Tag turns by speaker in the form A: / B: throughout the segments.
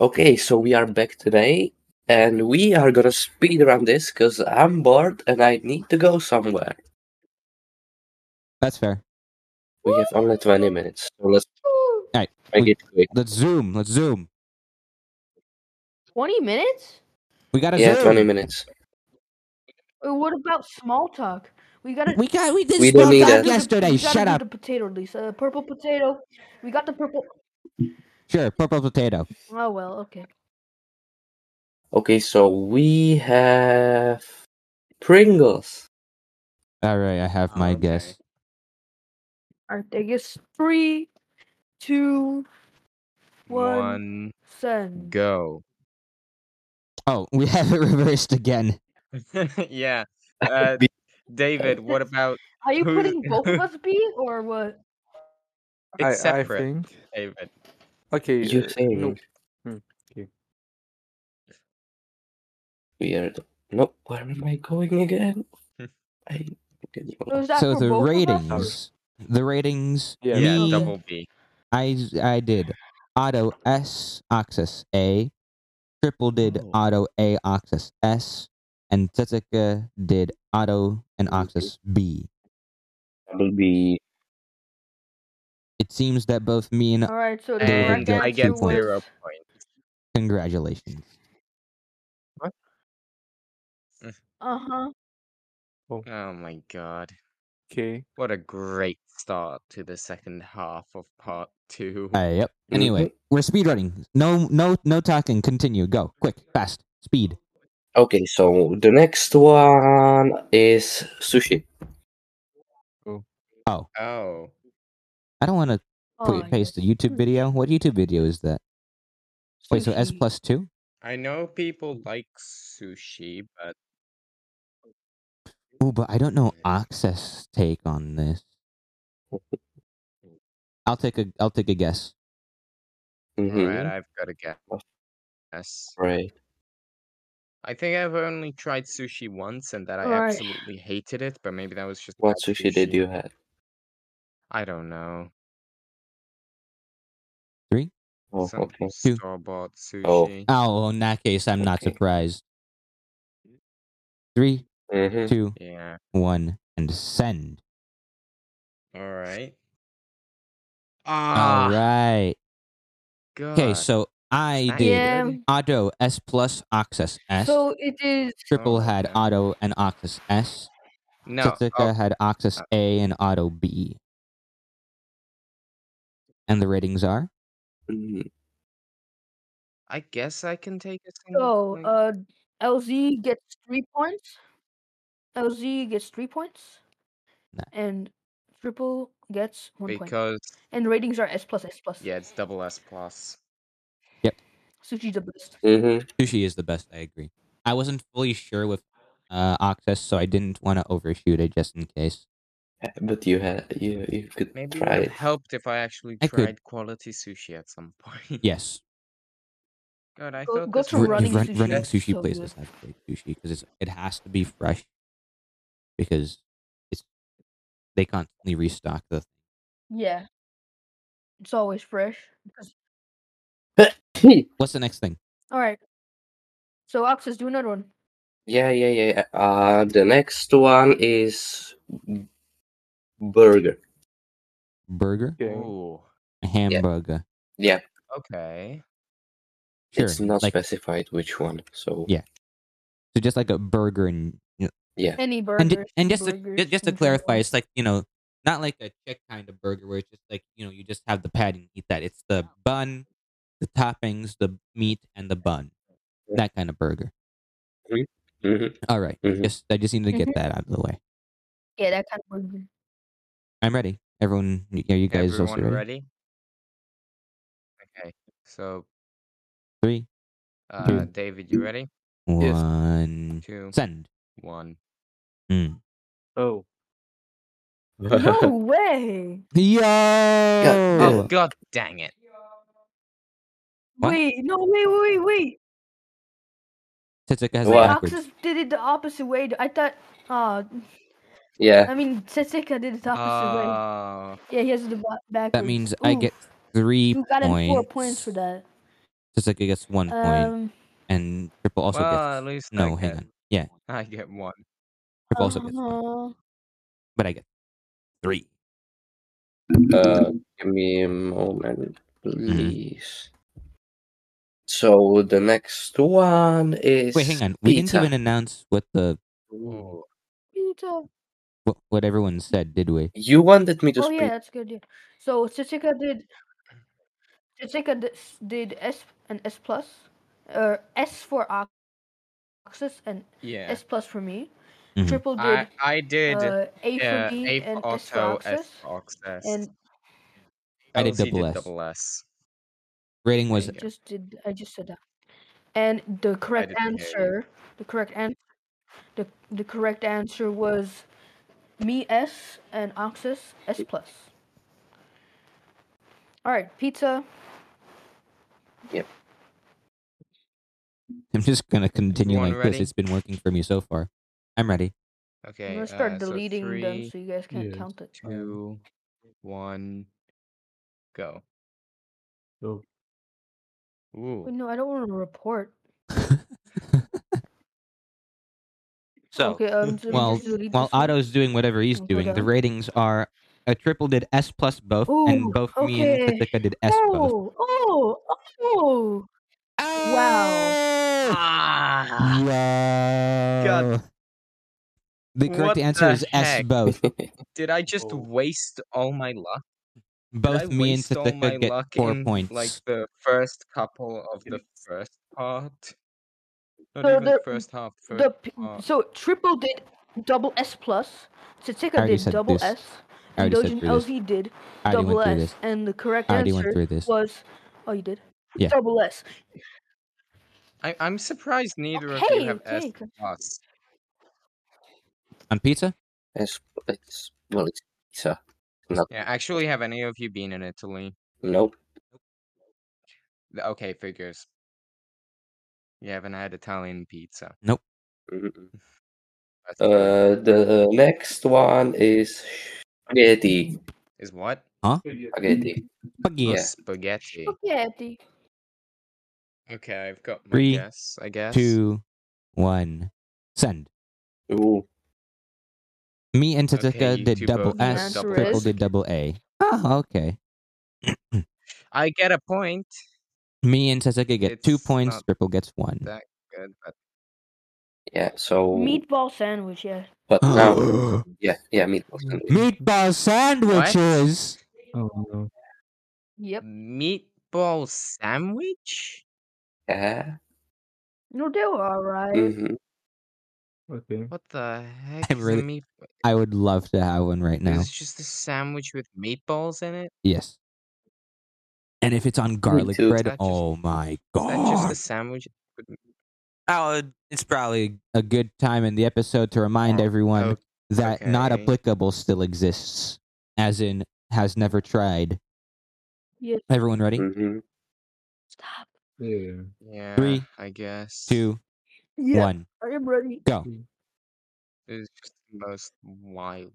A: Okay, so we are back today and we are gonna speed around this because I'm bored and I need to go somewhere.
B: That's fair.
A: We have only 20 minutes, so let's
B: Alright,
A: make
B: we-
A: it quick.
B: Let's zoom. Let's zoom.
C: 20 minutes?
B: We got to
A: Yeah,
B: zoom.
A: 20 minutes.
C: Or what about small talk? We gotta.
B: We got. We did
A: We
B: we
A: don't need
B: talk
A: it.
B: yesterday.
C: We gotta
B: Shut
C: do
B: up.
C: The potato, Lisa. Uh, purple potato. We got the purple.
B: Sure. Purple potato.
C: Oh well. Okay.
A: Okay, so we have Pringles.
B: All right. I have my
D: Okay.
B: guess.
C: All right. I guess three, two, One.
D: One
C: send.
D: go.
B: Oh, we have it reversed again.
D: yeah. Uh, David, what about
C: Are you
D: Who's-
C: putting both of us B or what?
D: it's
E: I, I
D: separate,
E: think.
D: David?
E: Okay.
A: You
E: uh,
A: think
E: no.
A: weird? Nope, where am I going again? I didn't
C: So,
A: know.
C: is that
B: so
C: for
B: the
C: both of us, or-
B: ratings. The ratings.
E: Yeah,
D: Yeah,
B: me,
D: double B.
B: I z- I did auto S Oxus A, triple did
D: Oh.
B: auto A Oxus S, and Tetsuka did auto and Oxus B.
A: Double B.
B: It seems that both me and
C: All right. So
B: David
C: David
D: And
B: got
D: I
B: two
D: get
B: points.
D: zero points.
B: congratulations.
C: Uh huh.
D: Oh my god.
E: Okay.
D: What a great start to the second half of part two.
B: Uh, yep. Anyway, we're speedrunning. No, no, no talking. Continue. Go quick, fast, speed.
A: Okay, so the next one is sushi.
D: Oh.
B: I don't want to
C: Oh,
B: paste a
C: yes.
B: YouTube video. What YouTube video is that? Wait, so S
C: Sushi.
B: plus two?
D: I know people like sushi, but
B: Oh, but I don't know Access take on this. I'll take a I'll take a guess.
D: alright,
A: Mm-hmm.
D: I've got to get. Yes.
A: Right.
D: I think I've only tried sushi once and that I
C: Alright.
D: absolutely hated it, but maybe that was just
A: What
D: bad
A: sushi did you have?
D: I don't know.
A: Oh,
D: Some
A: okay.
B: Two.
D: store-bought sushi.
A: Oh.
B: Oh, in that case, I'm not
A: Okay.
B: surprised. Three,
A: Mm-hmm.
B: two,
D: Yeah.
B: one, and send.
D: All right.
B: All
D: Ah,
B: right.
D: God.
B: Okay, so I
D: Snack
B: did
C: Yeah.
D: good.
B: auto S plus Oxus S.
C: So it is.
B: Triple
D: Oh,
B: had
D: no.
B: auto and Oxus S.
D: No.
B: Tetsuka
D: oh,
B: had Oxus A and auto B. And the ratings are
A: Mhm.
D: I guess I can take a single
C: So
D: point.
C: uh, LZ gets three points. LZ gets three points,
B: Nah.
C: and triple gets one point.
D: because
C: And ratings are S plus S plus.
D: yeah, it's double S plus.
C: Sushi the best.
A: Mhm.
B: sushi is the best. I agree. I wasn't fully sure with uh, Oxus, so I didn't want to overshoot it just in case.
A: But you had you you could
D: Maybe it
A: try
D: would
A: it.
D: have helped if I actually
B: I could.
D: tried quality sushi at some point.
B: Yes,
D: God, I
C: Go-
D: thought
C: go
D: this
C: to
D: was
B: Ru-
C: running
B: run-
C: sushi,
B: running
C: that's
B: sushi
C: so
B: places
C: good.
B: have great sushi because it has to be fresh because it's they constantly restock the.
C: Yeah. It's always fresh. Because...
B: What's the next thing?
C: All right. So Oxus, do another one.
A: Yeah, yeah, yeah. Uh, the next one is b- burger.
B: Burger,
E: Okay.
D: Ooh.
B: a hamburger.
A: Yeah,
D: Okay.
B: Sure,
A: it's not
B: like
A: specified which one. So
B: Yeah. so just like a burger and you know,
A: yeah,
C: Any burger.
B: and, ju- and just to,
C: burgers
B: ju- just to
C: in general.
B: clarify, it's like you know, not like a Czech kind of burger where it's just like you know you just have the patty and eat that. It's the bun, the toppings, the meat, and the bun. That kind of burger.
A: Mhm.
B: All right,
A: Mhm.
B: just I just need to get
C: Mhm.
B: that out of the way.
C: Yeah, that kind of burger.
B: I'm ready. Everyone, y- are you guys
D: Everyone
B: also ready?
D: ready? Okay. So,
B: Three,
D: uh, David, you ready?
E: Yes.
B: one,
D: Two,
B: send.
D: one.
B: Mm.
E: Oh.
C: no way.
B: Yo!
D: Oh
A: Oh.
D: God, dang it!
B: What?
C: Wait, no, wait, wait, wait, wait.
B: Tetsuka has it
A: Wow.
B: backwards.
C: Oxus did it the opposite way. I thought. Uh,
A: yeah.
C: I mean, Setsika did it the opposite way.
D: Oh,
C: Yeah, he has the ba- backwards.
B: That means I
C: Ooh,
B: get three
C: You got him
B: points.
C: four points for that.
B: Jessica gets one point,
C: Um,
B: and Triple also
D: well,
B: gets.
D: at least
B: No,
D: I
B: hang
D: get,
B: on. Yeah,
D: I get one.
B: Triple also gets one,
C: uh,
B: but I get three.
A: Uh, give me a moment,
B: Mm-hmm.
A: please. So the next one is.
B: Wait, hang on. We didn't
A: pizza.
B: even announce what the
D: Ooh.
C: Peter.
B: what, what everyone said, did we?
A: You wanted me to
C: Oh
A: speak.
C: yeah, that's good. Yeah. So Cicica did. Cicica did, did S and S plus, or S for Oxus and
D: Yeah.
C: S plus for me.
B: Mhm.
C: Triple did
D: I, I did
C: uh, A for
D: uh,
C: D
D: A
C: and
D: for
C: S for
D: auto, S
C: Oxus,
D: for access.
C: and
B: I did
D: LZ
B: double S.
D: double S.
B: Rating was
D: There you go.
C: just did I just said that. And the correct
D: didn't hear you.
C: answer, the correct answer, the the correct answer was me S and Oxus S plus. All right, pizza.
B: I'm just gonna continue
D: Everyone
B: like this.
D: ready?
B: It's been working for me so far. I'm ready.
D: Okay.
C: I'm gonna start
D: uh,
C: deleting
D: so
C: them
D: three,
C: so you guys can't
E: yes.
C: count it.
D: two, one, go.
E: Go.
C: Wait,
D: Ooh.
C: Oh, no, I don't want to report.
B: so
C: okay, um, so let me
B: while
C: just delete
B: while
C: this one.
B: Otto's doing whatever he's
D: Oh,
C: Hold
B: doing, the
C: on.
B: ratings are a triple did S plus both, and
C: Ooh,
B: both me and
C: okay.
B: Katika did S both.
C: oh, oh, oh! Wow.
D: Ah!
B: Wow. The correct
D: What
B: answer
D: the
B: is S
D: heck?
B: both.
D: Did I just
E: Oh.
D: waste all my luck?
B: Both
D: Did I
B: me and
D: waste all my
B: Katika get
D: luck
B: four
D: in
B: points.
D: like the first couple of the first part? Not
C: So
D: even
C: the-
D: first half. First
C: The p-
D: part.
C: so triple did double S plus. Tsutsika
B: already
C: did
B: said
C: double
B: this.
C: S.
B: I
C: and
B: already said
C: Dojin
B: through this.
C: LZ did
B: I already
C: double
B: went through
C: S,
B: this.
C: and the correct
B: I already went
C: answer
B: through this.
C: was oh you did
B: Yeah.
C: double S.
D: I, I'm surprised neither of you
C: Okay,
D: have S
C: okay. good.
D: plus.
B: On pizza?
A: It's, it's, well, it's pizza. Not,
D: Yeah, actually, have any of you been in Italy?
A: nope.
D: Th- Okay, figures. You haven't had Italian pizza.
A: Mm-mm.
D: That's
A: Uh,
D: true.
A: the next one is spaghetti.
D: Is what?
A: Spaghetti.
D: Oh,
B: Spaghetti.
A: Yeah.
D: spaghetti.
C: Spaghetti.
D: Okay, I've got my
B: Three,
D: guess, I guess.
B: Two, one, send.
A: Ooh.
B: Me and
D: Okay,
B: Tatika
D: you
B: did
D: two
B: double
D: both
C: did
B: S,
C: double
B: triple
C: S.
B: did double A. Oh, okay.
D: I get a point.
B: Me and Tatika get two
D: It's
B: points,
D: not
B: triple gets one.
D: That good, but
A: Yeah, so.
C: Meatball sandwich, yeah.
A: But
B: Oh.
A: now. yeah, yeah, meatballs. and-
B: Mm-hmm. Meatball sandwiches!
E: Oh no.
C: Yep.
D: meatball sandwich?
A: Yeah.
C: No, they were alright.
B: Mm.
A: Mm-hmm.
E: Okay.
D: What the heck?
B: I'm
D: is a
B: really-
D: meat-
B: I would love to have one right now.
D: Is it just a sandwich with meatballs in it?
B: Yes. And if it's on garlic
A: too.
B: bread,
D: That just-
B: oh my
D: Is that just
B: god.
D: a sandwich? with m-
B: Oh, it's probably a good time in the episode to remind
D: Oh,
B: everyone
D: oh,
B: that not
D: okay.
B: applicable still exists, as in has never tried.
C: Yeah.
B: Everyone ready?
A: Mm-hmm.
C: Stop.
E: Yeah.
D: Yeah,
B: Three,
D: I guess.
B: Two,
C: Yeah,
B: one,
C: I am ready.
B: go.
D: It's just the most wild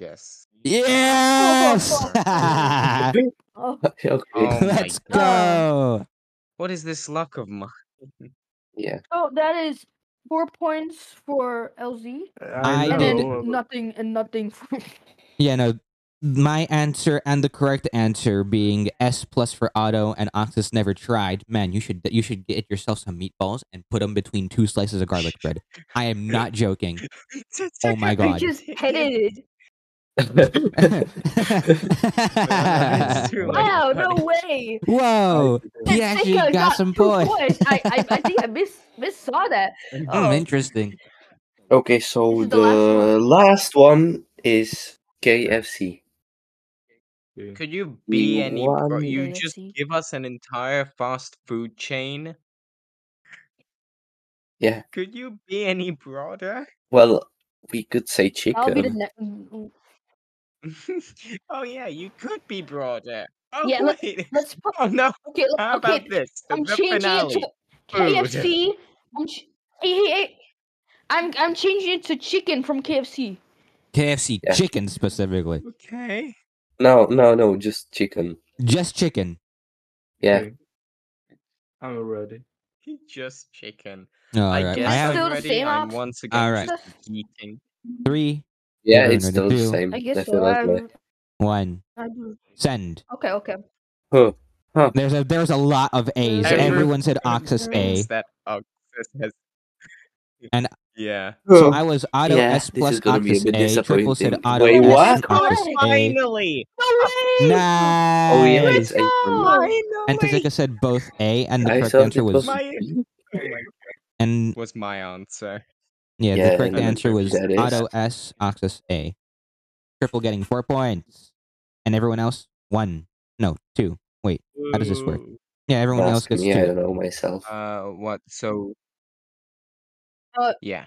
D: guess.
B: Yes!
D: fuck.
C: Oh,
A: okay.
D: Oh my
B: Let's
D: God.
B: go.
D: What is this luck of mine?
A: Yeah.
C: so oh, that is four points for LZ,
B: I
C: and
B: did-
E: know,
C: then nothing and nothing for
B: Yeah, no. My answer and the correct answer being S plus for auto and Oxus never tried. Man, you should you should get yourself some meatballs and put them between two slices of garlic bread. I am not joking. Oh my
C: I
B: God.
C: just hated.
D: it's too late.
C: Wow,
D: buddy.
C: no way.
B: Whoa! He actually
C: Tsutsika
B: got, some
C: two
B: points.
C: I, I, I think I miss miss saw that.
D: Mm,
B: Hmm,
C: Oh.
B: interesting.
A: Okay, so
C: This is
A: the
C: the last
A: last one is KFC.
E: Okay.
D: Could you be any? bro-
A: One-
D: You just
C: KFC.
D: give us an entire fast food chain.
A: Yeah.
D: Could you be any broader?
A: Well, we could say
C: I'll be the mm,
A: chicken.
C: next.
D: oh yeah, you could be broader. Oh
C: Yeah, let's-
D: wait.
C: Let's put
D: Oh no.
C: okay. Look,
D: How
C: okay,
D: about this? The,
C: I'm
D: the
C: changing
D: finale.
C: it to
D: Food.
C: KFC. I'm ch- hey, hey, hey. I'm I'm changing it to chicken from KFC.
B: KFC
A: Yeah.
B: chicken specifically,
D: Okay.
A: No, no, no, just chicken.
B: just chicken.
A: Yeah.
E: Okay. I'm ready.
D: Just chicken.
B: All
D: I
B: right.
D: guess
B: I
C: It's
B: have
C: still
D: I'm
C: the
D: ready.
C: same
D: I'm
C: ops-
D: once again
B: Alright.
D: just eating.
B: three,
A: Yeah,
B: You're
A: it's
B: gonna
A: still the
B: do.
A: same.
C: I guess so.
A: definitely.
C: I'm-
B: one,
C: I do.
B: send.
C: Okay, okay.
B: There's a there's a lot of A's.
C: Every-
B: Everyone said Oxus A.
D: Things that Oxus has.
B: And-
D: yeah.
B: So I was auto
A: Yeah,
B: S
A: this
B: plus
A: is gonna be a
B: Oxus
A: bit
B: A. Triple said
A: disappointing.
B: auto
A: Wait,
B: S
A: what?
B: and Oxus A.
D: Finally! No way!
B: Nice.
A: Oh yeah, it's
C: Let's
A: April.
C: go!
B: And Tazika said both A, and the
A: I
B: correct
A: thought
B: answer
A: it
B: was
A: was
D: My- Oh my-
B: and
D: was my answer.
B: yeah, the
A: Yeah,
B: correct
A: and
B: answer was
A: that is-
B: auto S Oxus A. Triple getting four points, and everyone else one. No, two. Wait, how does this work?
D: Ooh.
B: yeah, everyone else
A: Ask
B: gets
A: me, I
B: two.
A: don't know myself.
D: Uh, what? So.
C: Uh,
D: yeah.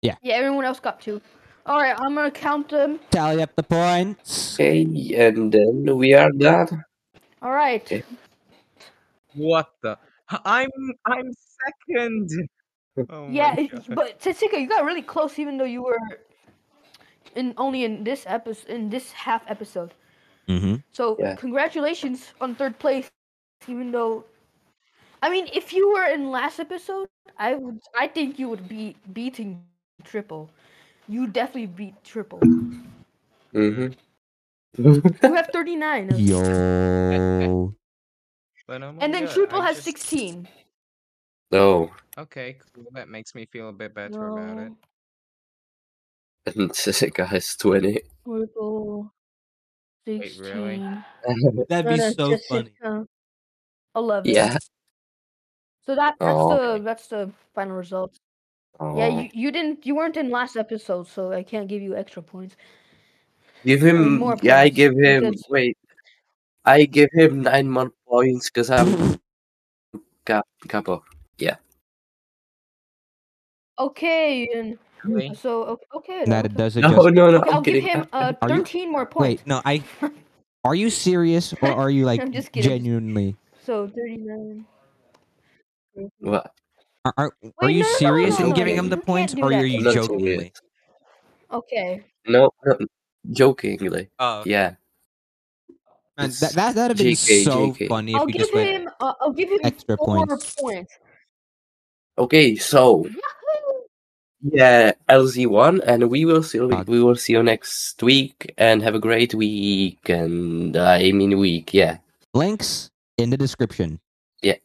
C: Yeah, everyone else got two. All right, I'm gonna count them.
B: Tally up the points.
A: Okay, and then we are done.
C: All right.
A: Okay.
D: What the? I'm I'm second. Oh my
C: yeah, it-
D: God.
C: but Tetsika, you got really close, even though you were in only in this episode, in this half episode.
B: Mm-hmm.
C: So
A: Yeah.
C: congratulations on third place, even though. I mean, if you were in last episode, I would. I think you would be beating triple. You definitely beat triple.
A: Mm-hmm.
C: You have thirty nine,
B: Yo.
D: But, oh my
C: and then
D: God,
C: triple
D: I
C: has
D: just-
C: sixteen.
A: no,
D: Okay, cool. That makes me feel a bit better about it.
C: No,
A: and Sissika has 20.
C: Triple.
D: Wait, really?
C: Sixteen.
B: That'd
C: No, no, Jessica, Eleven.
A: yeah.
C: So that that's
A: Oh,
C: the
A: okay.
C: that's the final result. Yeah,
A: Oh.
C: you, you didn't you weren't in last episode, so I can't give you extra points.
A: Give him.
C: more
A: Yeah, I
C: points,
A: give him.
C: because-
A: Wait, I give him nine more points because I'm cap capo.
C: Okay, and
D: Really?
C: so o- okay. then,
B: That
C: okay.
B: does it.
A: No,
B: just-
A: no, no.
C: Okay,
A: I'm
C: I'll give
A: kidding.
C: him uh,
B: Are you-
C: thirteen more points.
B: Wait, no, I. Are you serious or are you like
C: I'm just kidding.
B: genuinely?
C: So thirty nine.
A: What?
B: Are are, are
C: Wait,
B: you
C: no, no, no,
B: serious
A: no,
B: in
A: no,
B: giving him
A: you
B: the
C: can't
B: points
C: do
B: or
C: that.
B: are you
A: Not so
B: jokingly?
A: weird.
C: Okay.
A: No, no, jokingly.
B: Oh,
A: Yeah.
B: man, that that that'd have been
A: JK,
B: so
A: JK.
B: funny if
C: I'll
B: you
C: give
B: just went.
C: him uh, I'll give him
B: extra
C: four
B: points.
C: points.
A: Okay, so
C: Yahoo!
A: yeah, LZ one, and we will see.
B: Fuck.
A: We will see you next week, and have a great week. And uh, I mean week. Yeah.
B: Links in the description.
A: Yeah.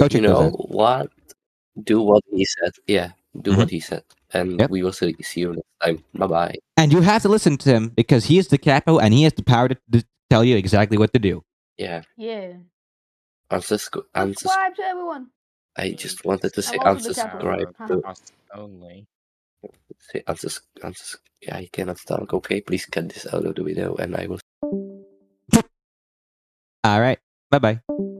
B: Go
A: you
B: check those
A: know
B: out.
A: what? Do what he said. Yeah, do
B: Mhm.
A: what he said, and
B: Yep.
A: we will see see you next time. Bye bye.
B: And you have to listen to him because he is the capo and he has the power to, to tell you exactly what to do.
A: Yeah,
C: Yeah.
A: unsubscribe. unsubscribe.
C: Subscribe to everyone.
A: I just wanted to say
C: also the capo.
A: unsubscribe. To,
D: Us only.
A: say unsus, unsus, yeah, I cannot talk. Okay, please cut this out of the video, and I will.
B: All right. Bye bye.